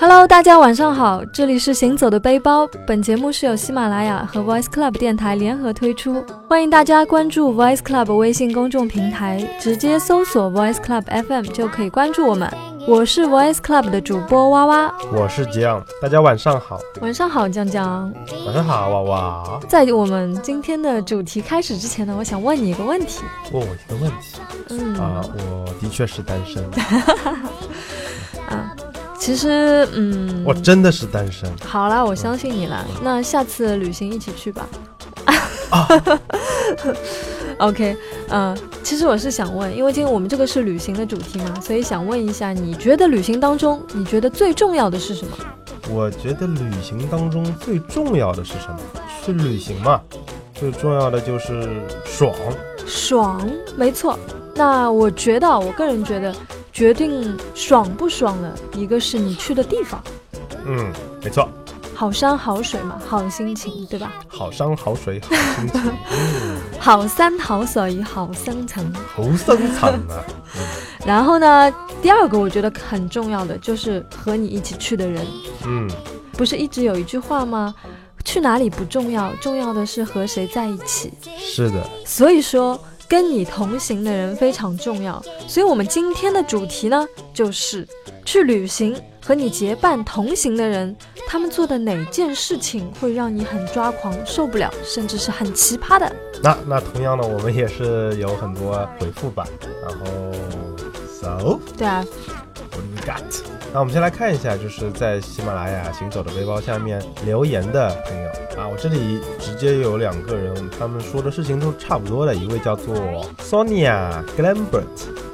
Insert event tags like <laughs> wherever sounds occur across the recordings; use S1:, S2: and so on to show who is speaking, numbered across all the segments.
S1: Hello，大家晚上好，这里是行走的背包。本节目是由喜马拉雅和 Voice Club 电台联合推出，欢迎大家关注 Voice Club 微信公众平台，直接搜索 Voice Club FM 就可以关注我们。我是 Voice Club 的主播哇哇，
S2: 我是吉昂，大家晚上好，
S1: 晚上好，酱酱。
S2: 晚上好，娃娃。
S1: 在我们今天的主题开始之前呢，我想问你一个问题。
S2: 问我一个问题
S1: 嗯
S2: 啊，我的确是单身，
S1: 啊，其实嗯，
S2: 我真的是单身。
S1: 好啦，我相信你啦。那下次旅行一起去吧。OK，嗯、其实我是想问，因为今天我们这个是旅行的主题嘛，所以想问一下，你觉得旅行当中，你觉得最重要的是什么？
S2: 我觉得旅行当中最重要的是什么？是旅行嘛，最重要的就是爽。
S1: 爽，没错。那我觉得，我个人觉得，决定爽不爽的一个是你去的地方，
S2: 嗯，没错，
S1: 好山好水嘛，好心情，对吧？
S2: 好山好水好心情，嗯，
S1: 好山好水好生存。
S2: 好生产啊。
S1: 然后呢，第二个我觉得很重要的就是和你一起去的人，
S2: 嗯，
S1: 不是一直有一句话吗？去哪里不重要，重要的是和谁在一起。
S2: 是的，
S1: 所以说，跟你同行的人非常重要。所以我们今天的主题呢，就是去旅行和你结伴同行的人，他们做的哪件事情会让你很抓狂、受不了，甚至是很奇葩的。
S2: 那那同样呢，我们也是有很多回复吧，然后 so。
S1: 对啊，
S2: What do we got？那我们先来看一下，就是在喜马拉雅“行走的背包”下面留言的朋友啊，我这里直接有两个人，他们说的事情都差不多的。一位叫做 Sonia Glambert，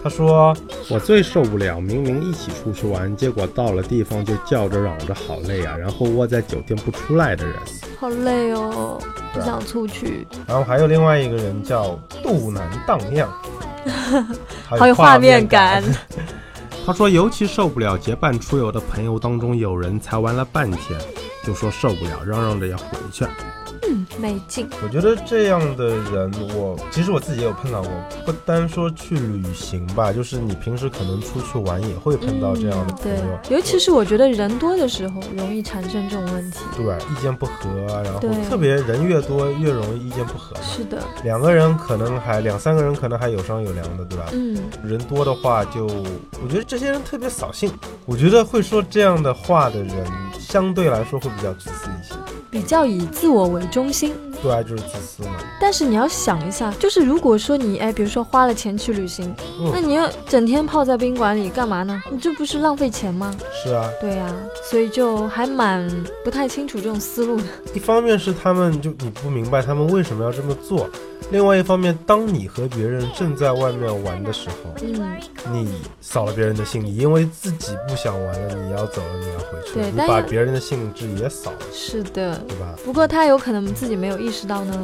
S2: 他说
S3: 我最受不了，明明一起出去玩，结果到了地方就叫着嚷着好累啊，然后窝在酒店不出来的人。
S1: 好累哦，不想出去。
S2: 然后还有另外一个人叫肚腩荡
S1: <laughs>
S2: 漾，
S1: 好有画面
S2: 感
S1: 感。
S2: <laughs>
S1: 嗯
S3: 他说尤其受不了结伴出游的朋友当中有人才玩了半天，就说受不了，嚷嚷着要回去。
S1: 嗯，没劲。
S2: 我觉得这样的人，我其实我自己也有碰到过，不单说去旅行吧，就是你平时可能出去玩也会碰到这样的
S1: 嗯
S2: 朋友。
S1: 对，尤其是我觉得人多的时候容易产生这种问题。
S2: 对，意见不合啊，然后
S1: 对
S2: 特别人越多越容易意见不合嘛。
S1: 是的，
S2: 两个人可能还两三个人可能还有商有量的，对吧？
S1: 嗯，
S2: 人多的话就，我觉得这些人特别扫兴。我觉得会说这样的话的人，相对来说会比较自私一些。
S1: 比较以自我为中心。
S2: 对啊，就是自私嘛。
S1: 但是你要想一下，就是如果说你哎，比如说花了钱去旅行，
S2: 嗯
S1: 那你要整天泡在宾馆里干嘛呢？你这不是浪费钱吗？
S2: 是啊，
S1: 对呀、所以就还蛮不太清楚这种思路的。
S2: 一方面是他们就你不明白他们为什么要这么做，另外一方面，当你和别人正在外面玩的时候，
S1: 嗯，
S2: 你扫了别人的兴，你因为自己不想玩了，你要走了，你要回去了，
S1: 对
S2: 你
S1: 但
S2: 把
S1: 是
S2: 别人的兴致也扫了，
S1: 是的。
S2: 对吧？
S1: 不过他有可能自己没有意识到呢。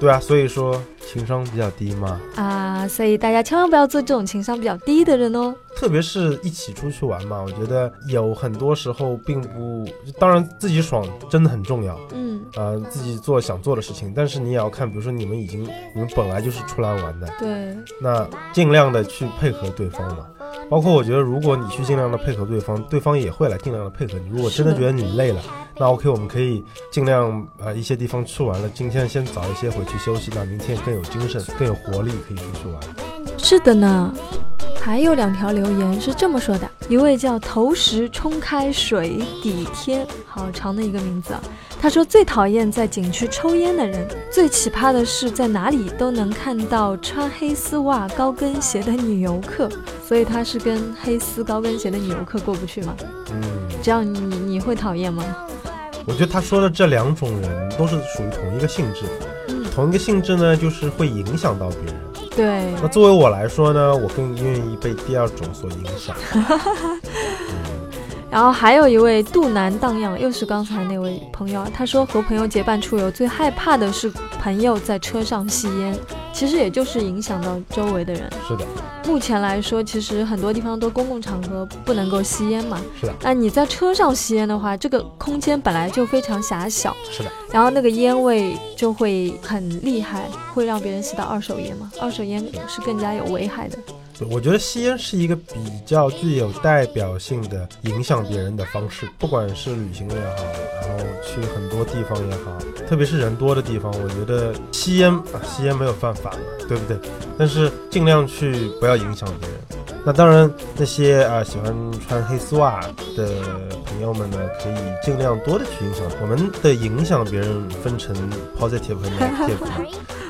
S2: 对啊，所以说情商比较低嘛，
S1: 啊，所以大家千万不要做这种情商比较低的人哦。
S2: 特别是一起出去玩嘛，我觉得有很多时候并不，当然自己爽真的很重要，
S1: 嗯，
S2: 呃，自己做想做的事情，但是你也要看，比如说你们已经你们本来就是出来玩的，
S1: 对，
S2: 那尽量的去配合对方嘛。包括我觉得，如果你去尽量的配合对方，对方也会来尽量的配合你。如果真的
S1: 是的
S2: 觉得你累了，那 OK，我们可以尽量呃一些地方吃完了，今天先早一些回去休息，那明天更有精神、更有活力，可以出去玩。
S1: 是的呢。还有两条留言是这么说的，一位叫“投石冲开水底天”，好长的一个名字啊。他说最讨厌在景区抽烟的人，最奇葩的是在哪里都能看到穿黑丝袜、高跟鞋的女游客，所以他是跟黑丝高跟鞋的女游客过不去吗？
S2: 嗯，
S1: 这样你你会讨厌吗？
S2: 我觉得他说的这两种人都是属于同一个性质，
S1: 嗯，
S2: 同一个性质呢，就是会影响到别人。
S1: 对，
S2: 那作为我来说呢，我更愿意被第二种所影响。
S1: 然后还有一位肚腩荡漾，又是刚才那位朋友啊，他说和朋友结伴出游最害怕的是朋友在车上吸烟，其实也就是影响到周围的人。
S2: 是的，
S1: 目前来说，其实很多地方都公共场合不能够吸烟嘛。
S2: 是的，
S1: 那你在车上吸烟的话，这个空间本来就非常狭小，
S2: 是的，
S1: 然后那个烟味就会很厉害，会让别人吸到二手烟嘛，二手烟是更加有危害的。
S2: 对我觉得吸烟是一个比较具有代表性的影响别人的方式，不管是旅行也好，然后去很多地方也好，特别是人多的地方，我觉得吸烟啊，吸烟没有犯法嘛，对不对？但是尽量去不要影响别人。那当然，那些啊、喜欢穿黑丝袜的朋友们呢，可以尽量多的去影响。我们的影响别人分成 positive 和 negative 嘛。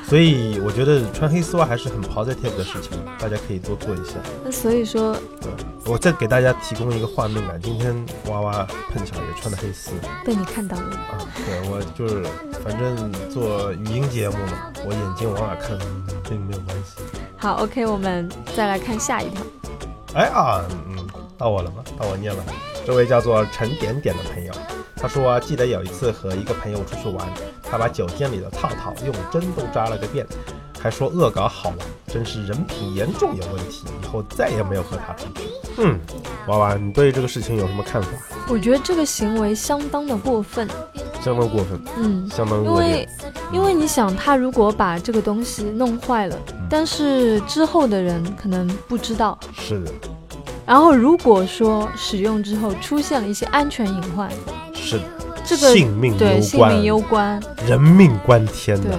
S2: 所以我觉得穿黑丝袜还是很 positive 的事情，大家可以多做一下。
S1: 那所以说，
S2: 对，我再给大家提供一个画面感，今天娃娃碰巧也穿的黑丝
S1: 被你看到了，
S2: 啊，对我就是反正做语音节目嘛，我眼睛往哪看跟你没有关系。
S1: 好，OK，我们再来看下一条。
S2: 哎啊，嗯，到我了吗？到我念了。这位叫做陈点点的朋友，他说、啊、记得有一次和一个朋友出去玩，他把酒店里的套套用针都扎了个遍，还说恶搞好玩，真是人品严重有问题，以后再也没有和他出去。嗯，娃娃，你对这个事情有什么看法？
S1: 我觉得这个行为相当的过分，
S2: 相当过分，
S1: 嗯，
S2: 相当
S1: 因
S2: 恶劣
S1: 为。因为你想，他如果把这个东西弄坏了，
S2: 嗯
S1: 但是之后的人可能不知道，
S2: 是的，
S1: 然后如果说使用之后出现了一些安全隐患，
S2: 是的，
S1: 这个
S2: 性命
S1: 对
S2: 攸
S1: 性
S2: 关，
S1: 命攸关，
S2: 人命关天
S1: 对
S2: 呐。，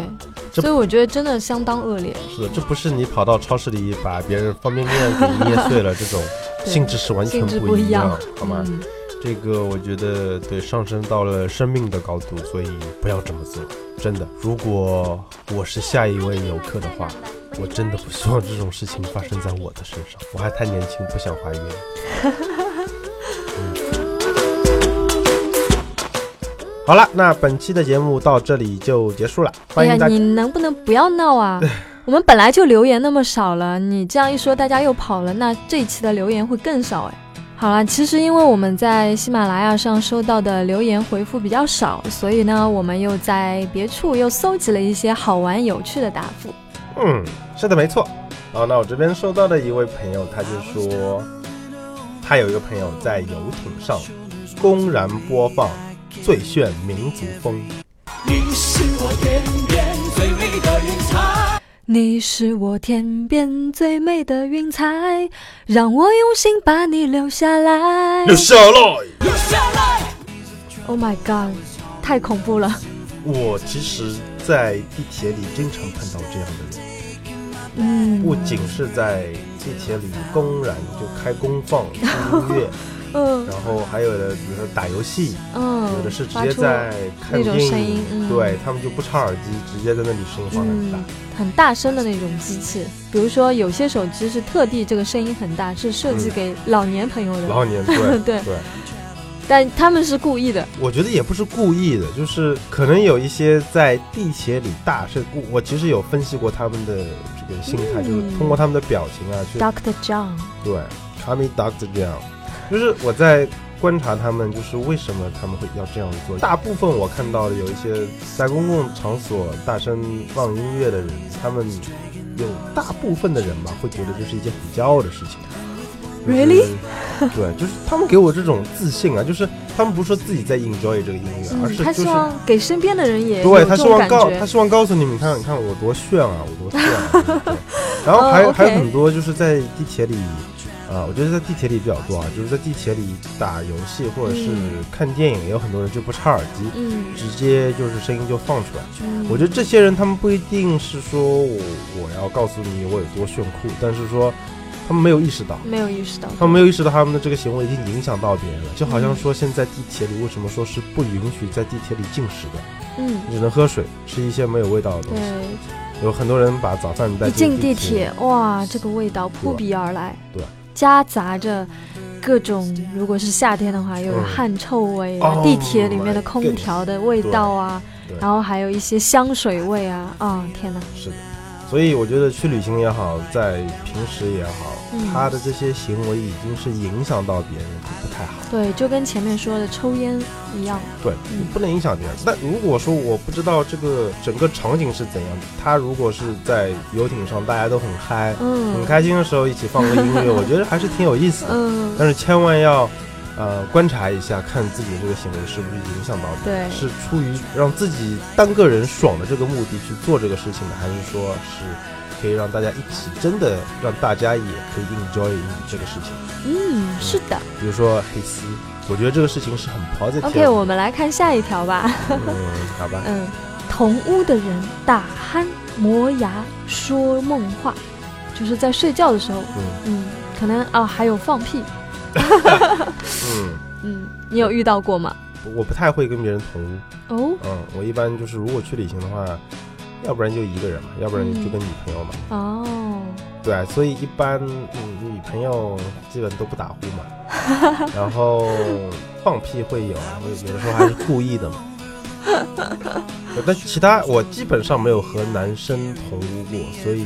S2: 这
S1: 所以我觉得真的相当恶劣，
S2: 是的，这不是你跑到超市里把别人方便面给捏碎了这种，
S1: <laughs> 对
S2: 性质是完全
S1: 性质
S2: 一
S1: 一样，
S2: 好吗？
S1: 嗯
S2: 这个我觉得对上升到了生命的高度，所以不要这么做。真的，如果我是下一位游客的话，我真的不希望这种事情发生在我的身上。我还太年轻，不想怀孕。嗯好了，那本期的节目到这里就结束了，
S1: 哎
S2: 欢
S1: 呀
S2: 迎，大家
S1: 你。能不能不要闹啊？我们本来就留言那么少了，你这样一说，大家又跑了，那这一期的留言会更少哎。好啦，其实因为我们在喜马拉雅上收到的留言回复比较少，所以呢，我们又在别处又搜集了一些好玩有趣的答复。
S2: 嗯，是的，没错。啊，那我这边收到的一位朋友，他就说，他有一个朋友在游艇上公然播放最炫民族风，
S4: 你是我天边最美的云彩。
S1: 你是我天边最美的云彩，让我用心把你留下来。
S2: 下来。
S4: 留下来，
S1: Oh my god，太恐怖了！
S2: 我其实，在地铁里经常碰到这样的人，
S1: 嗯，
S2: 不仅是在地铁里公然就开公放听音
S1: <laughs>
S2: 乐，
S1: 嗯
S2: 然后还有的，比如说打游戏，
S1: 嗯，
S2: 有的是直
S1: 发
S2: 接
S1: 出
S2: 在看
S1: 那种
S2: 电
S1: 声
S2: 影
S1: 音，嗯
S2: 对他们就不插耳机，直接在那里声音放得很大
S1: 嗯。很大声的那种机器，比如说有些手机是特地这个声音很大，是设计
S2: 嗯
S1: 给老年朋友的， <laughs>
S2: 老年对
S1: 对
S2: 对，
S1: 但他们是故意的。
S2: 我觉得也不是故意的，就是可能有一些在地铁里大声，我我其实有分析过他们的这个心态，
S1: 嗯
S2: 就是通过他们的表情啊去
S1: Doctor John，
S2: 对 c o m i Doctor 这样，就是我在观察他们，就是为什么他们会要这样做。大部分我看到的有一些在公共场所大声放音乐的人，他们有大部分的人吧，会觉得这是一件很骄傲的事情。就是
S1: Really？
S2: 对，就是他们给我这种自信啊，就是他们不是说自己在 enjoy 这个音乐，而
S1: 嗯，
S2: 是
S1: 他
S2: 就
S1: 希
S2: 是
S1: 望给身边的人也
S2: 对
S1: 有
S2: 他
S1: 这
S2: 希
S1: 种
S2: 望
S1: 感
S2: 告他
S1: 觉。
S2: 希望告诉你们，你看你看我多炫啊，我多炫、啊。
S1: <laughs>
S2: 对然后还有、
S1: 哦，OK
S2: 还有很多就是在地铁里，啊、我觉得在地铁里比较多啊，就是在地铁里打游戏或者是
S1: 嗯
S2: 看电影，也有很多人就不插耳机，
S1: 嗯，
S2: 直接就是声音就放出来。
S1: 嗯
S2: 我觉得这些人他们不一定是说我我要告诉你我有多炫酷，但是说他们没有意识到。
S1: 没有意识到，
S2: 他们没有意识到他们的这个行为已经影响到别人了，就
S1: 嗯
S2: 好像说现在地铁里为什么说是不允许在地铁里进食的，
S1: 嗯，
S2: 只能喝水，吃一些没有味道的东西。
S1: 对，
S2: 有很多人把早饭带
S1: 一进地
S2: 铁，
S1: 铁，哇，这个味道扑鼻而来，
S2: 对，
S1: 夹杂着。各种，如果是夏天的话，又有
S2: 嗯
S1: 汗臭味啊，
S2: Oh
S1: 地铁里面的
S2: my
S1: 空调的味
S2: goodness
S1: 道啊
S2: 对对，
S1: 然后还有一些香水味啊，啊，天哪！
S2: 是的。所以我觉得去旅行也好，在平时也好，
S1: 嗯
S2: 他的这些行为已经是影响到别人，就不太好。
S1: 对，就跟前面说的抽烟一样，
S2: 对，
S1: 嗯
S2: 不能影响别人。但如果说我不知道这个整个场景是怎样的，他如果是在游艇上大家都很嗨、
S1: 嗯， <laughs>
S2: 很开心的时候一起放个音乐，我觉得还是挺有意思的。
S1: 嗯，
S2: 但是千万要呃观察一下，看自己这个行为是不是影响到你，
S1: 对
S2: 是出于让自己单个人爽的这个目的去做这个事情的，还是说是可以让大家一起，真的让大家也可以 enjoy 你这个事情？
S1: 嗯，是的。
S2: 比如说黑丝，我觉得这个事情是很 positive 的。
S1: OK，我们来看下一条吧。
S2: 嗯，好吧，
S1: 嗯，同屋的人打鼾、磨牙、说梦话，就是在睡觉的时候，
S2: 嗯
S1: 嗯，可能哦，还有放屁，
S2: 嗯，
S1: 嗯，你有遇到过吗？
S2: 我不太会跟别人同屋，
S1: 哦，
S2: 嗯，我一般就是如果去旅行的话，要不然就一个人嘛，要不然就跟女朋友嘛。
S1: 哦，
S2: 对，所以一般嗯女朋友基本都不打呼嘛，
S1: <laughs>
S2: 然后放屁会有，我有的时候还是故意的嘛。对但其他我基本上没有和男生同屋过，所以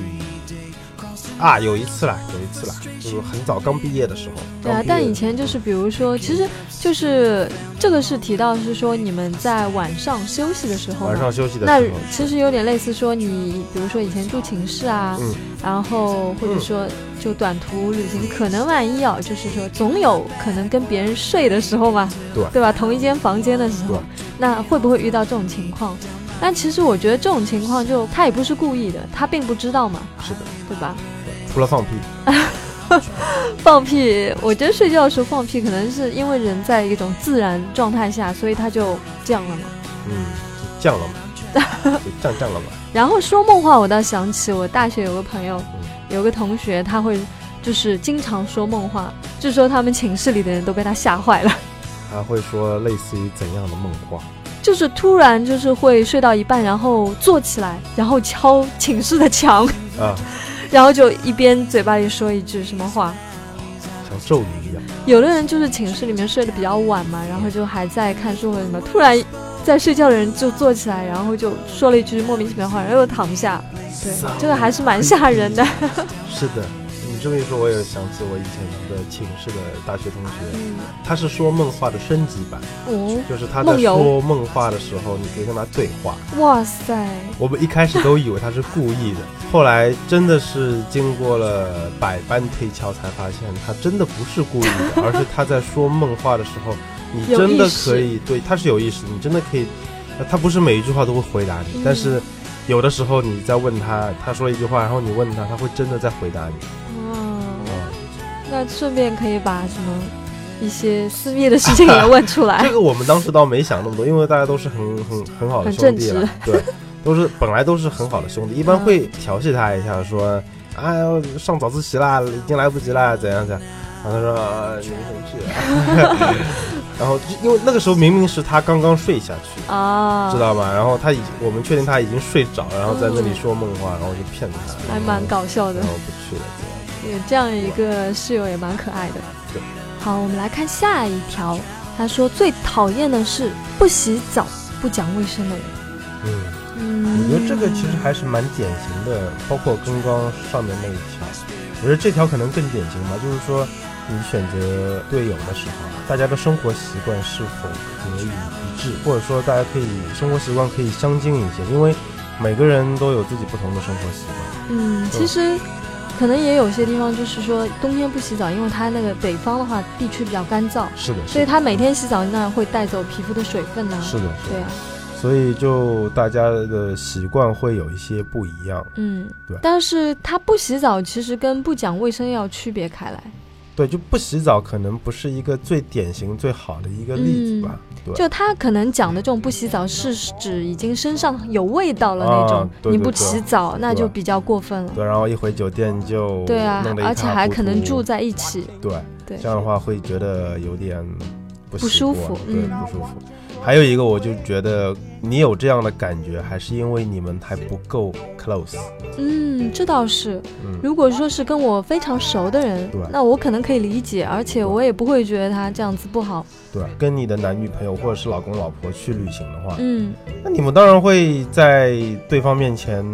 S2: 啊有一次啦，有一次啦，就是很早刚毕业的时候。
S1: 对啊
S2: 刚，毕业
S1: 但
S2: 的
S1: 以前就是比如说，其实就是这个是提到是说你们在晚上休息的时候嘛，
S2: 晚上休息的
S1: 那
S2: 时候，
S1: 其实有点类似说你，比如说以前住寝室啊，
S2: 嗯
S1: 然后或者说就短途旅行，可能万一啊，就是说总有可能跟别人睡的时候嘛，
S2: 对
S1: 吧？同一间房间的时
S2: 对
S1: 候，那会不会遇到这种情况？但其实我觉得这种情况就他也不是故意的，他并不知道嘛，
S2: 是的，
S1: 对吧？
S2: 对除了放屁，
S1: 放屁，我觉得睡觉的时候放屁，可能是因为人在一种自然状态下，所以他就这样了嘛。
S2: 嗯，就降了嘛，就降降了嘛。
S1: 然后说梦话，我倒想起我大学有个朋友
S2: 嗯，
S1: 有个同学，他会就是经常说梦话，据说他们寝室里的人都被他吓坏了， <laughs>
S2: 还会说类似于怎样的梦话？
S1: 就是突然就是会睡到一半，然后坐起来，然后敲寝室的墙， <laughs>
S2: 啊，
S1: 然后就一边嘴巴里说一句什么话。
S2: 像咒语一样。
S1: 有的人就是寝室里面睡得比较晚嘛，然后就还在看书或者什么，突然在睡觉的人就坐起来，然后就说了一句莫名其妙的话，然后又躺下。对，这个还是蛮吓人的。
S2: <laughs> 是的，你这么一说，我也想起我以前的寝室的大学同学，
S1: 嗯，
S2: 他是说梦话的升级版，
S1: 哦。
S2: 就是他在
S1: 梦游
S2: 说梦话的时候，你可以跟他对话。
S1: 哇塞，
S2: 我们一开始都以为他是故意的，后来真的是经过了百般推敲，才发现他真的不是故意的，而是他在说梦话的时候，你
S1: 有
S2: 真的
S1: 意识
S2: 可以对他是有意识，你真的可以，呃他不是每一句话都会回答你，
S1: 嗯
S2: 但是有的时候你在问他，他说一句话，然后你问他，他会真的在回答你。
S1: 哇！
S2: 嗯
S1: 那顺便可以把什么一些私密的事情也问出来
S2: 这。个我们当时倒没想那么多，因为大家都是很很很好的
S1: 很
S2: 兄弟
S1: 正
S2: 了
S1: 直，
S2: 对，都是本来都是很好的兄弟，一般
S1: 嗯
S2: 会调戏他一下，说，哎呦，上早自习啦，已经来不及啦，怎样怎样，然后他说，啊你们回去啊， <laughs> 然后就因为那个时候明明是他刚刚睡下去，
S1: <laughs> 啊，嗯
S2: 知道吗？然后他已我们确定他已经睡着，然后在那里说梦话，然后就骗他，
S1: 还蛮搞笑的
S2: 然。后不去了，这样
S1: 有这样一个室友也蛮可爱的
S2: 对。
S1: 好，我们来看下一条。他说最讨厌的是不洗澡、不讲卫生的人。
S2: 嗯。
S1: 嗯，
S2: 我觉得这个其实还是蛮典型的，包括刚刚上面那一条，我觉得这条可能更典型吧，就是说你选择队友的时候，大家的生活习惯是否可以一致，或者说大家可以生活习惯可以相近一些，因为每个人都有自己不同的生活习惯。
S1: 嗯，其实可能也有些地方就是说冬天不洗澡，因为它那个北方的话地区比较干燥，
S2: 是的，
S1: 所以他每天洗澡那会带走皮肤的水分呐、
S2: 是的，是
S1: 对
S2: 的
S1: 啊，，
S2: 所以就大家的习惯会有一些不一样。
S1: 嗯，
S2: 对
S1: 但是他不洗澡，其实跟不讲卫生要区别开来。
S2: 对，就不洗澡可能不是一个最典型、最好的一个例子吧。对，
S1: 就他可能讲的这种不洗澡，是指已经身上有味道了那种，
S2: 啊对对
S1: 你不洗澡那就
S2: 对
S1: 比较过分了。
S2: 对，然后一回酒店就
S1: 对啊
S2: 弄得，一
S1: 而且
S2: 塌
S1: 还
S2: 糊
S1: 可能
S2: 涂
S1: 住在一起。
S2: 对
S1: 对
S2: 这样的话会觉得有点不
S1: 不
S2: 习
S1: 舒
S2: 惯
S1: 服
S2: 对
S1: 嗯
S2: 不舒服。还有一个，我就觉得你有这样的感觉，还是因为你们还不够 close。
S1: 嗯，这倒是。
S2: 嗯，
S1: 如果说是跟我非常熟的人
S2: 对，
S1: 那我可能可以理解，而且我也不会觉得他这样子不好。
S2: 对，跟你的男女朋友或者是老公老婆去旅行的话，
S1: 嗯
S2: 那你们当然会在对方面前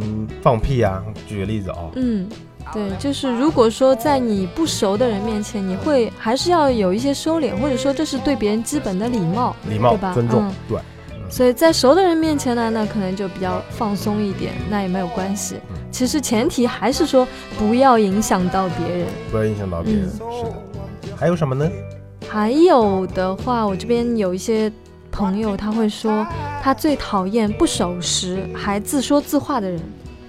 S2: 放屁啊。举个例子啊、
S1: 嗯。对，就是如果说在你不熟的人面前，你会还是要有一些收敛，或者说这是对别人基本的礼貌。
S2: 礼貌
S1: 对吧、
S2: 尊重
S1: 嗯，
S2: 对，
S1: 所以在熟的人面前呢，那可能就比较放松一点，那也没有关系
S2: 嗯。
S1: 其实前提还是说不要影响到别人。嗯
S2: 不要影响到别人。是的。还有什么呢？
S1: 还有的话，我这边有一些朋友他会说，他最讨厌不守时还自说自话的人。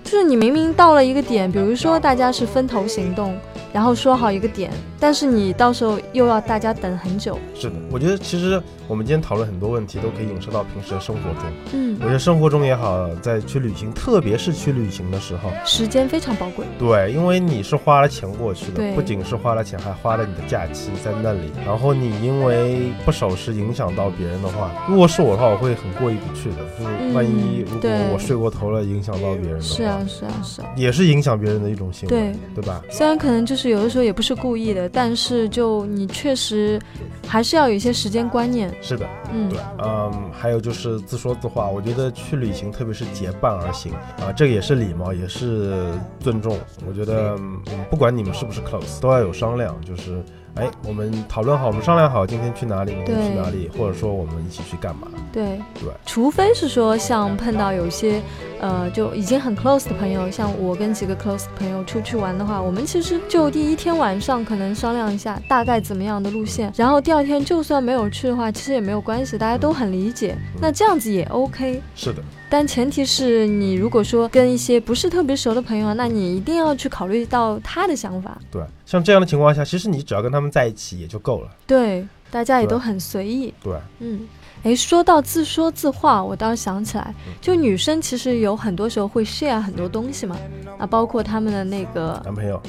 S1: 就是你明明到了一个点，比如说大家是分头行动，然后说好一个点，但是你到时候又要大家等很久。
S2: 是的，我觉得其实我们今天讨论很多问题都可以影射到平时的生活中。
S1: 嗯
S2: 我，觉得生活中也好，在去旅行，特别是去旅行的时候，
S1: 时间非常宝贵。
S2: 对，因为你是花了钱过去的，
S1: 对
S2: 不仅是花了钱，还花了你的假期在那里。然后你因为不守时影响到别人的话，如果是我的话，我会很过意不去的。就是万一
S1: 嗯
S2: 如果
S1: 对
S2: 我睡过头了，影响到别人的话，
S1: 是啊，是啊，是啊。
S2: 也是影响别人的一种行为，
S1: 对
S2: 对吧？
S1: 虽然可能就是有的时候也不是故意的，但是就你确实还是要有一些时间观念。
S2: 是的，
S1: 嗯
S2: 对，嗯，还有就是自说自话，我觉得去旅行，特别是结伴而行啊，这个也是礼貌，也是尊重。我觉得，嗯，不管你们是不是 close，都要有商量，就是。哎，我们讨论好，我们商量好今天去哪里，明天去
S1: 对
S2: 哪里，或者说我们一起去干嘛？
S1: 对，
S2: 对
S1: 除非是说像碰到有一些，呃，就已经很 close 的朋友，像我跟几个 close 的朋友出去玩的话，我们其实就第一天晚上可能商量一下大概怎么样的路线，然后第二天就算没有去的话，其实也没有关系，大家都很理解，
S2: 嗯
S1: 那这样子也 OK。
S2: 是的，
S1: 但前提是你如果说跟一些不是特别熟的朋友啊，那你一定要去考虑到他的想法。
S2: 对。像这样的情况下，其实你只要跟他们在一起也就够了，
S1: 对，大家也
S2: 对
S1: 都很随意。
S2: 对。
S1: 嗯，诶，说到自说自话，我倒是想起来，
S2: 嗯
S1: 就女生其实有很多时候会 share 很多东西嘛，啊，包括她们的那个
S2: 男朋友，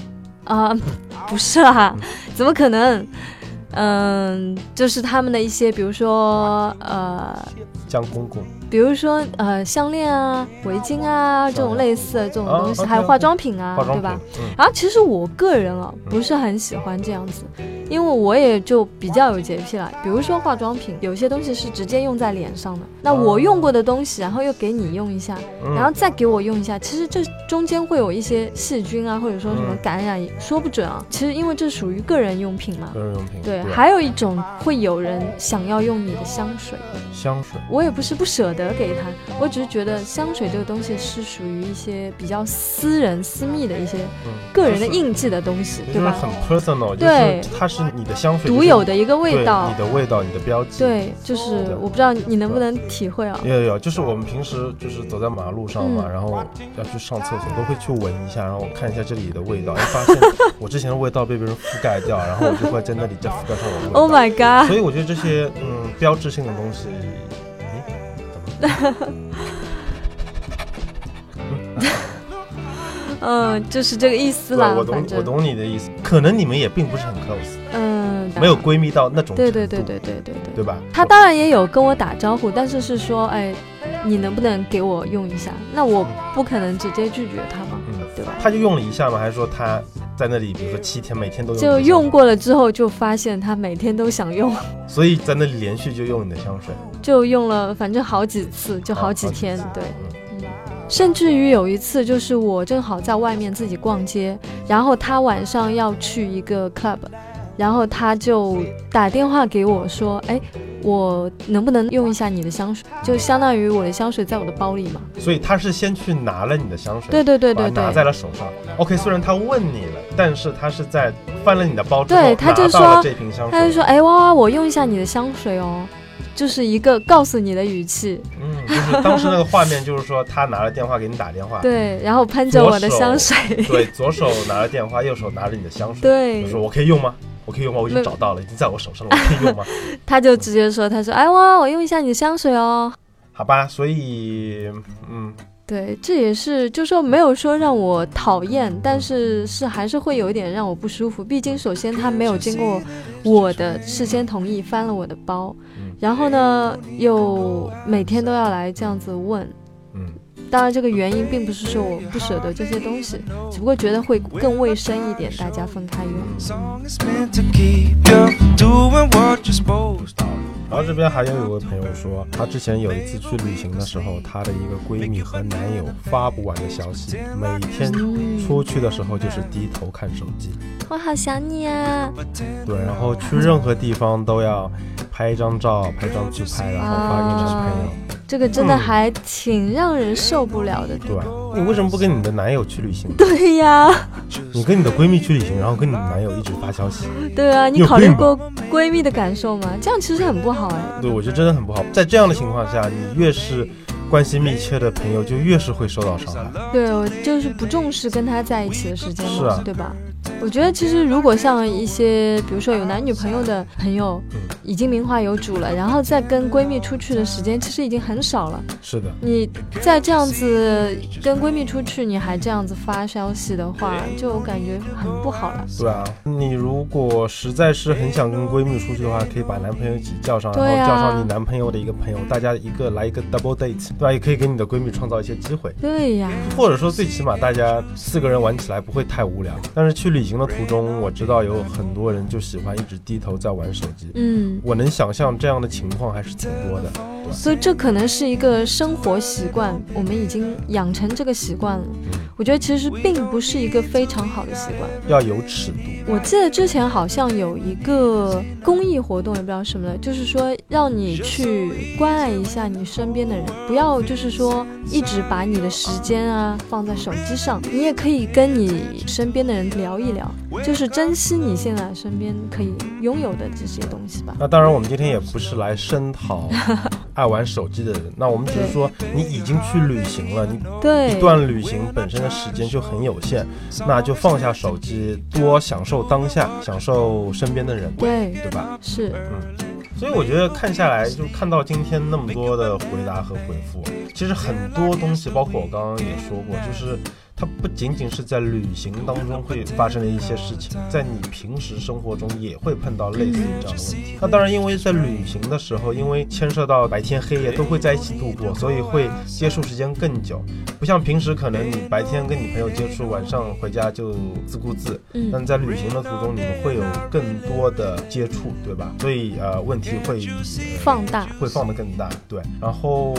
S1: 啊、不是啦，怎么可能？嗯，就是她们的一些，比如说呃，
S2: 江公公，
S1: 比如说呃，项链啊、围巾啊这种类似的这种
S2: 啊
S1: 东西，
S2: ，OK，
S1: 还有化妆品啊，
S2: 化妆
S1: 对吧
S2: 品？，嗯，
S1: 然后其实我个人啊，不是很喜欢这样子，因为我也就比较有洁癖了。比如说化妆品，有些东西是直接用在脸上的，那我用过的东西，然后又给你用一下，
S2: 嗯
S1: 然后再给我用一下，其实这中间会有一些细菌啊，或者说什么
S2: 嗯
S1: 感染，也说不准啊。其实因为这属于个人用品嘛。
S2: 个人用品，
S1: 对，还有一种会有人想要用你的香水，
S2: 香水，
S1: 我也不是不舍得给他，我只是觉得香水这个东西是属于一些比较私人、私密的一些
S2: 嗯，
S1: 个人的
S2: 就是
S1: 印记的东西，对
S2: 就是
S1: 吧？
S2: 很 personal，
S1: 对
S2: 就是它是你的香水
S1: 独有的一个味
S2: 对
S1: 道
S2: 你，的味道，你的标记。，
S1: 对，就是我不知道你能不能体会啊。
S2: 有有有，就是我们平时就是走在马路上嘛，
S1: 嗯
S2: 然后要去上厕所，都会去闻一下，然后看一下这里的味道，哎，发
S1: <laughs>
S2: 现我之前的味道被别人覆盖掉，然后我就会在那里再覆盖上我
S1: <laughs>
S2: 的味道。
S1: Oh my god！
S2: 所以我觉得这些嗯标志性的东西，诶，怎么了？
S1: 嗯，就是这个意思
S2: 对，
S1: 啦
S2: 我，
S1: 反
S2: 懂我
S1: 正
S2: 懂你的意思，可能你们也并不是很 close，
S1: 嗯，
S2: 没有。闺蜜到那种
S1: 对
S2: 程
S1: 对对
S2: 度
S1: 对对对对。
S2: 对吧？
S1: 他当然也有跟我打招呼，但是是说，哎，你能不能给我用一下？那我不可能直接拒绝他嘛，
S2: 嗯
S1: 对吧？
S2: 他就用了一下嘛，还是说他在那里，比如说七天，每天都用
S1: 就
S2: 你的香水
S1: 用过了之后，就发现他每天都想用，
S2: 所以在那里连续就用你的香水，
S1: 就用了，反正好几次，就
S2: 啊
S1: 好几天，对。
S2: 嗯
S1: 甚至于有一次，就是我正好在外面自己逛街，然后他晚上要去一个 club，然后他就打电话给我说：“哎，我能不能用一下你的香水？就相当于我的香水在我的包里嘛。
S2: 所以他是先去拿了你的香”水，
S1: 对对对
S2: 把它
S1: 对
S2: 拿在
S1: 对，
S2: 了手上。OK，虽然他问你了，但是他是在翻了你的包之后，
S1: 对他就
S2: 拿到
S1: 说
S2: 了这瓶香水，
S1: 他就说：“哎，哇哇，我用一下你的香水哦。”就是一个告诉你的语气，
S2: 嗯，就是当时那个画面，就是说他拿了电话给你打电
S1: <laughs>
S2: 话，
S1: 对，然后喷着我的香水，
S2: 对，左手拿了电话，右手拿着你的香水，
S1: 对
S2: 我，说我可以用吗？我可以用吗？我已经
S1: 没
S2: 找到了，已经在我手上了，我可以用吗？ <laughs>
S1: 他就直接说：“他说，哎哇哇，我用一下你的香水哦。”
S2: 好吧，所以嗯，
S1: 对，这也是，就说没有说让我讨厌，但是是还是会有一点让我不舒服。毕竟，首先他没有经过我的事先同意，翻了我的包
S2: 嗯，
S1: 然后呢，又每天都要来这样子问。
S2: 嗯，
S1: 当然，这个原因并不是说我不舍得这些东西，只不过觉得会更卫生一点，大家分开用。
S5: Song is meant to keep you doing what you're supposed to.
S2: 然后这边还有一位朋友说，她之前有一次去旅行的时候，她的一个闺蜜和男友发不完的消息，每天
S1: 嗯
S2: 出去的时候就是低头看手机，
S1: 我嗯好想你啊！
S2: 对，然后去任何地方都要拍一张照，拍张自拍，然后发给男朋友。
S1: 这个真的还挺让人受不了的。 <laughs>
S2: 对吧？你为什么不跟你的男友去旅行？
S1: 对呀，
S2: 你跟你的闺蜜去旅行，然后跟你男友一直发消息，
S1: 对啊，你
S2: 有
S1: 考虑
S2: 病吧
S1: 过闺蜜的感受吗？这样其实很不好哎。
S2: 对我觉得真的很不好。在这样的情况下，你越是关系密切的朋友，就越是会受到伤害。
S1: 对，我就是不重视跟他在一起的时间
S2: 是
S1: 嘛，
S2: 啊
S1: 对吧？我觉得其实如果像一些，比如说有男女朋友的朋友
S2: 嗯，
S1: 已经名花有主了，然后再跟闺蜜出去的时间其实已经很少了。
S2: 是的，
S1: 你再这样子跟闺蜜出去，你还这样子发消息的话，就我感觉很不好了。
S2: 对啊，你如果实在是很想跟闺蜜出去的话，可以把男朋友一起叫上，然
S1: 对啊
S2: 后叫上你男朋友的一个朋友，大家一个来一个 double date，对吧、也可以给你的闺蜜创造一些机会，
S1: 对呀，
S2: 或者说最起码大家四个人玩起来不会太无聊。但是去旅行的途中，我知道有很多人就喜欢一直低头在玩手机，
S1: 嗯，
S2: 我能想象这样的情况还是挺多的。
S1: 所以这可能是一个生活习惯，我们已经养成这个习惯了。我觉得其实并不是一个非常好的习惯。
S2: 要有尺度，
S1: 我记得之前好像有一个公益活动，也不知道什么的，就是说让你去关爱一下你身边的人，不要就是说一直把你的时间啊放在手机上，你也可以跟你身边的人聊一聊，就是珍惜你现在身边可以拥有的这些东西吧。
S2: 那当然，我们今天也不是来声讨爱玩手机的人，那我们只是说你已经去旅行了，你
S1: 对，
S2: 一段旅行本身的时间就很有限，那就放下手机，多享受当下，享受身边的人，
S1: 对
S2: 对吧？
S1: 是
S2: 所以我觉得看下来，就看到今天那么多的回答和回复，其实很多东西，包括我刚刚也说过，就是。它不仅仅是在旅行当中会发生的一些事情，在你平时生活中也会碰到类似于这样的问题。那当然，因为在旅行的时候，因为牵涉到白天黑夜都会在一起度过，所以会接触时间更久。不像平时可能你白天跟你朋友接触，晚上回家就自顾自。
S1: 嗯
S2: 但在旅行的途中，你们会有更多的接触，对吧？所以呃，问题会呃
S1: 放大，
S2: 会放得更大，对。然后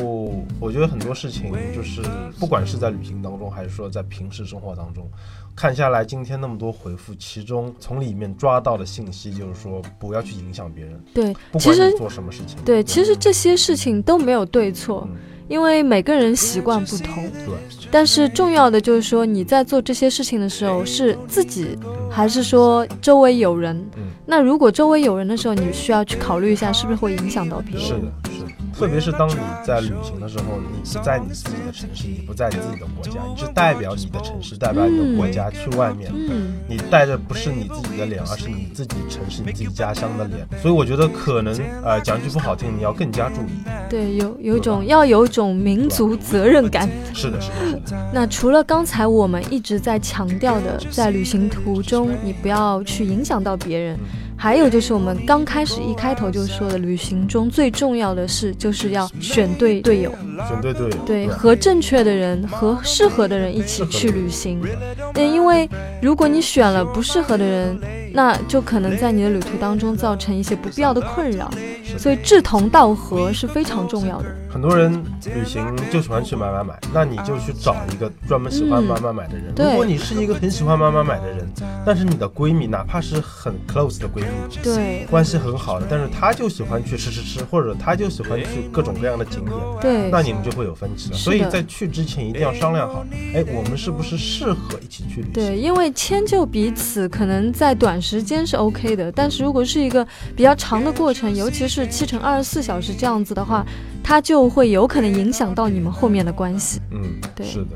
S2: 我觉得很多事情就是，不管是在旅行当中，还是说在平时生活当中，看下来今天那么多回复，其中从里面抓到的信息就是说，不要去影响别人，
S1: 对，
S2: 不
S1: 其
S2: 管
S1: 实
S2: 你做什么事情。嗯
S1: 对，其实这些事情都没有对错，因为每个人习惯不同。
S2: 对，
S1: 但是重要的就是说，你在做这些事情的时候是自己，还是说周围有人
S2: 嗯？
S1: 那如果周围有人的时候，你需要去考虑一下，是不是会影响到别人？
S2: 是的，是的。特别是当你在旅行的时候，你不在你自己的城市，你不在你自己的国家，你是代表你的城市，代表你的国家去外面。
S1: 嗯，
S2: 你带的不是你自己的脸，而是你自己城市、你自己家乡的脸。所以我觉得可能，呃，讲句不好听，你要更加注意。
S1: 对，有有一种要有一种民族责任感。
S2: 是的，是的，是的，
S1: 那除了刚才我们一直在强调的，在旅行途中你不要去影响到别人，
S2: 嗯
S1: 还有就是我们刚开始一开头就说的，旅行中最重要的事就是要选对队友。
S2: 选对队友。
S1: 对，和正确的人和适合的人一起去旅行。嗯，因为如果你选了不适合的人，那就可能在你的旅途当中造成一些不必要的困扰。所以志同道合是非常重要的。
S2: 很多人旅行就喜欢去买买买，那你就去找一个专门喜欢买买买的人。
S1: 对
S2: 如果你是一个很喜欢买买买的人，但是你的闺蜜，哪怕是很 close 的闺蜜，
S1: 对
S2: 关系很好的，但是她就喜欢去吃吃吃，或者她就喜欢去各种各样的景点。
S1: 对
S2: 那你们就会有分歧了，
S1: 是
S2: 所以
S1: 的
S2: 在去之前一定要商量好，哎，我们是不是适合一起去旅行？
S1: 对，因为迁就彼此可能在短时间是 OK 的，但是如果是一个比较长的过程，尤其是七乘二十四小时这样子的话，它就会有可能影响到你们后面的关系。
S2: 嗯，
S1: 对
S2: 是的。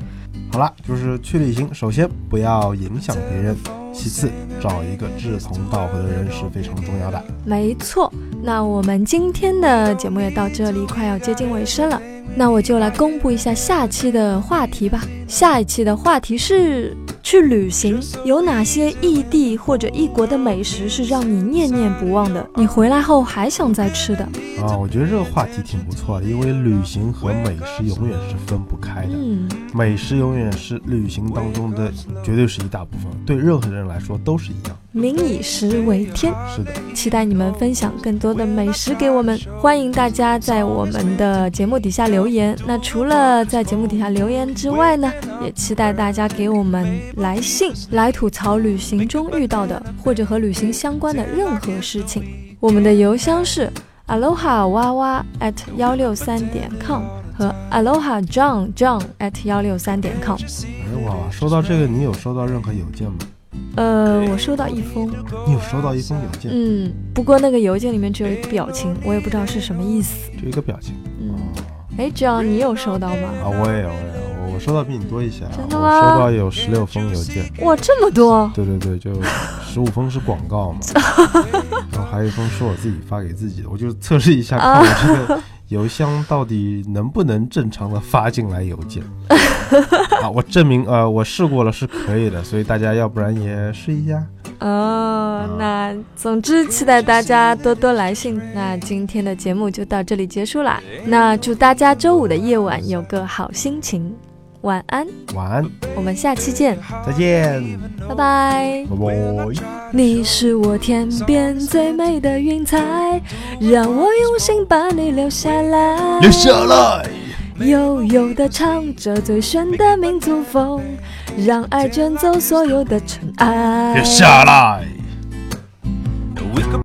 S2: 好啦，就是去旅行，首先不要影响别人，其次找一个志同道合的人是非常重要的。
S1: 没错，那我们今天的节目也到这里，快要接近尾声了。那我就来公布一下下期的话题吧。下一期的话题是去旅行，有哪些异地或者异国的美食是让你念念不忘的？你回来后还想再吃的？
S2: 啊，我觉得这个话题挺不错的，因为旅行和美食永远是分不开的，
S1: 嗯，
S2: 美食永远是旅行当中的绝对是一大部分，对任何人来说都是一样。
S1: 民以食为天，
S2: 是的，
S1: 期待你们分享更多的美食给我们。欢迎大家在我们的节目底下留言。那除了在节目底下留言之外呢，也期待大家给我们来信，来吐槽旅行中遇到的或者和旅行相关的任何事情。我们的邮箱是 aloha 哇哇 at 幺六三点 com。和 aloha john john at 幺六三点 com。
S2: 哎哇，收到这个你有收到任何邮件吗？
S1: 呃，我收到一封，
S2: 你有收到一封邮件，
S1: 嗯，不过那个邮件里面只有一个表情，我也不知道是什么意思。
S2: 就一个表情
S1: 嗯，哎，John，你有收到吗？
S2: 啊，我也有，我也有，我我收到比你多一些啊，
S1: 真
S2: 我
S1: 的
S2: 收
S1: 吗
S2: 到有十六封邮件，
S1: 哇，这么多！
S2: 对对对，就 <laughs> 十五封是广
S1: <laughs>
S2: 告嘛，然后还有一封是我自己发给自己的，我就测试一下，
S1: 啊
S2: 看我这个邮箱到底能不能正常的发进来邮
S1: <laughs>
S2: 件。啊，我证明，呃，我试过了是可以的，所以大家要不然也试一下。
S1: 哦，那总之期待大家多多来信。那今天的节目就到这里结束啦。那祝大家周五的夜晚有个好心情，晚安，
S2: 晚安，
S1: 我们下期见，
S2: 再见，
S1: 拜拜。
S2: 拜拜。
S1: 你是我天边最美的云彩，让我用心把你留下来，留下来。悠悠地唱着最炫的民族风，让爱卷走所有的尘埃。
S2: 下来。